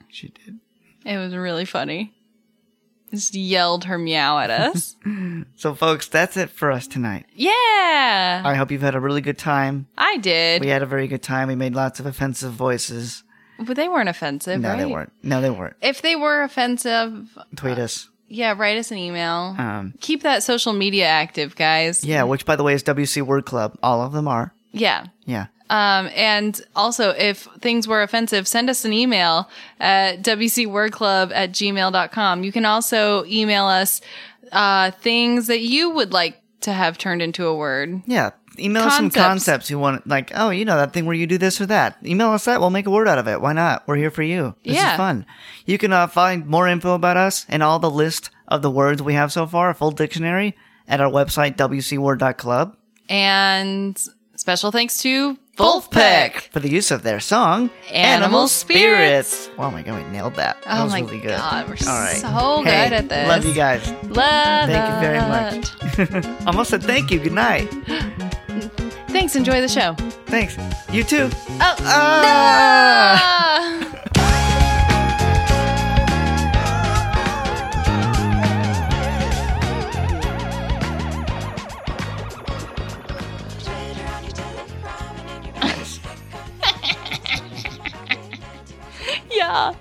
Speaker 2: She did.
Speaker 1: it was really funny. Just yelled her meow at us.
Speaker 2: So, folks, that's it for us tonight.
Speaker 1: yeah,
Speaker 2: I hope you've had a really good time.
Speaker 1: I did.
Speaker 2: We had a very good time. We made lots of offensive voices.
Speaker 1: But they weren't offensive,
Speaker 2: No,
Speaker 1: right? Uh,
Speaker 2: they weren't. No, they weren't.
Speaker 1: If they were offensive,
Speaker 2: Tweet us.
Speaker 1: yeah, write us an email.
Speaker 2: Um,
Speaker 1: Keep that social media active, guys.
Speaker 2: yeah, which by the way is WC Word Club. All of them are.
Speaker 1: yeah.
Speaker 2: Yeah.
Speaker 1: Um, and also, if things were offensive, send us an email at wcwordclub at gmail.com. You can also email us uh, things that you would like to have turned into a word.
Speaker 2: Yeah. Email us some
Speaker 1: Concepts.
Speaker 2: concepts you want, like, oh, you know, that thing where you do this or that. Email us that. We'll make a word out of it. Why not? We're here for you. This
Speaker 1: Yeah.
Speaker 2: is fun. You can uh, find more info about us and all the list of the words we have so far, a full dictionary, at our website, wcword.club.
Speaker 1: And Special thanks to
Speaker 2: Wolfpack
Speaker 1: Wolfpack.
Speaker 2: for the use of their song
Speaker 1: Animal
Speaker 2: Spirits. Oh my god, we nailed that. that
Speaker 1: Oh
Speaker 2: was
Speaker 1: my
Speaker 2: really good.
Speaker 1: god, we're
Speaker 2: All right.
Speaker 1: so
Speaker 2: Hey,
Speaker 1: good at this.
Speaker 2: Love you guys.
Speaker 1: Love
Speaker 2: Thank you very
Speaker 1: it.
Speaker 2: much. Almost said thank you. Good night.
Speaker 1: Thanks. Enjoy the show.
Speaker 2: Thanks. You too.
Speaker 1: Oh,
Speaker 2: Ah!
Speaker 1: no! yeah.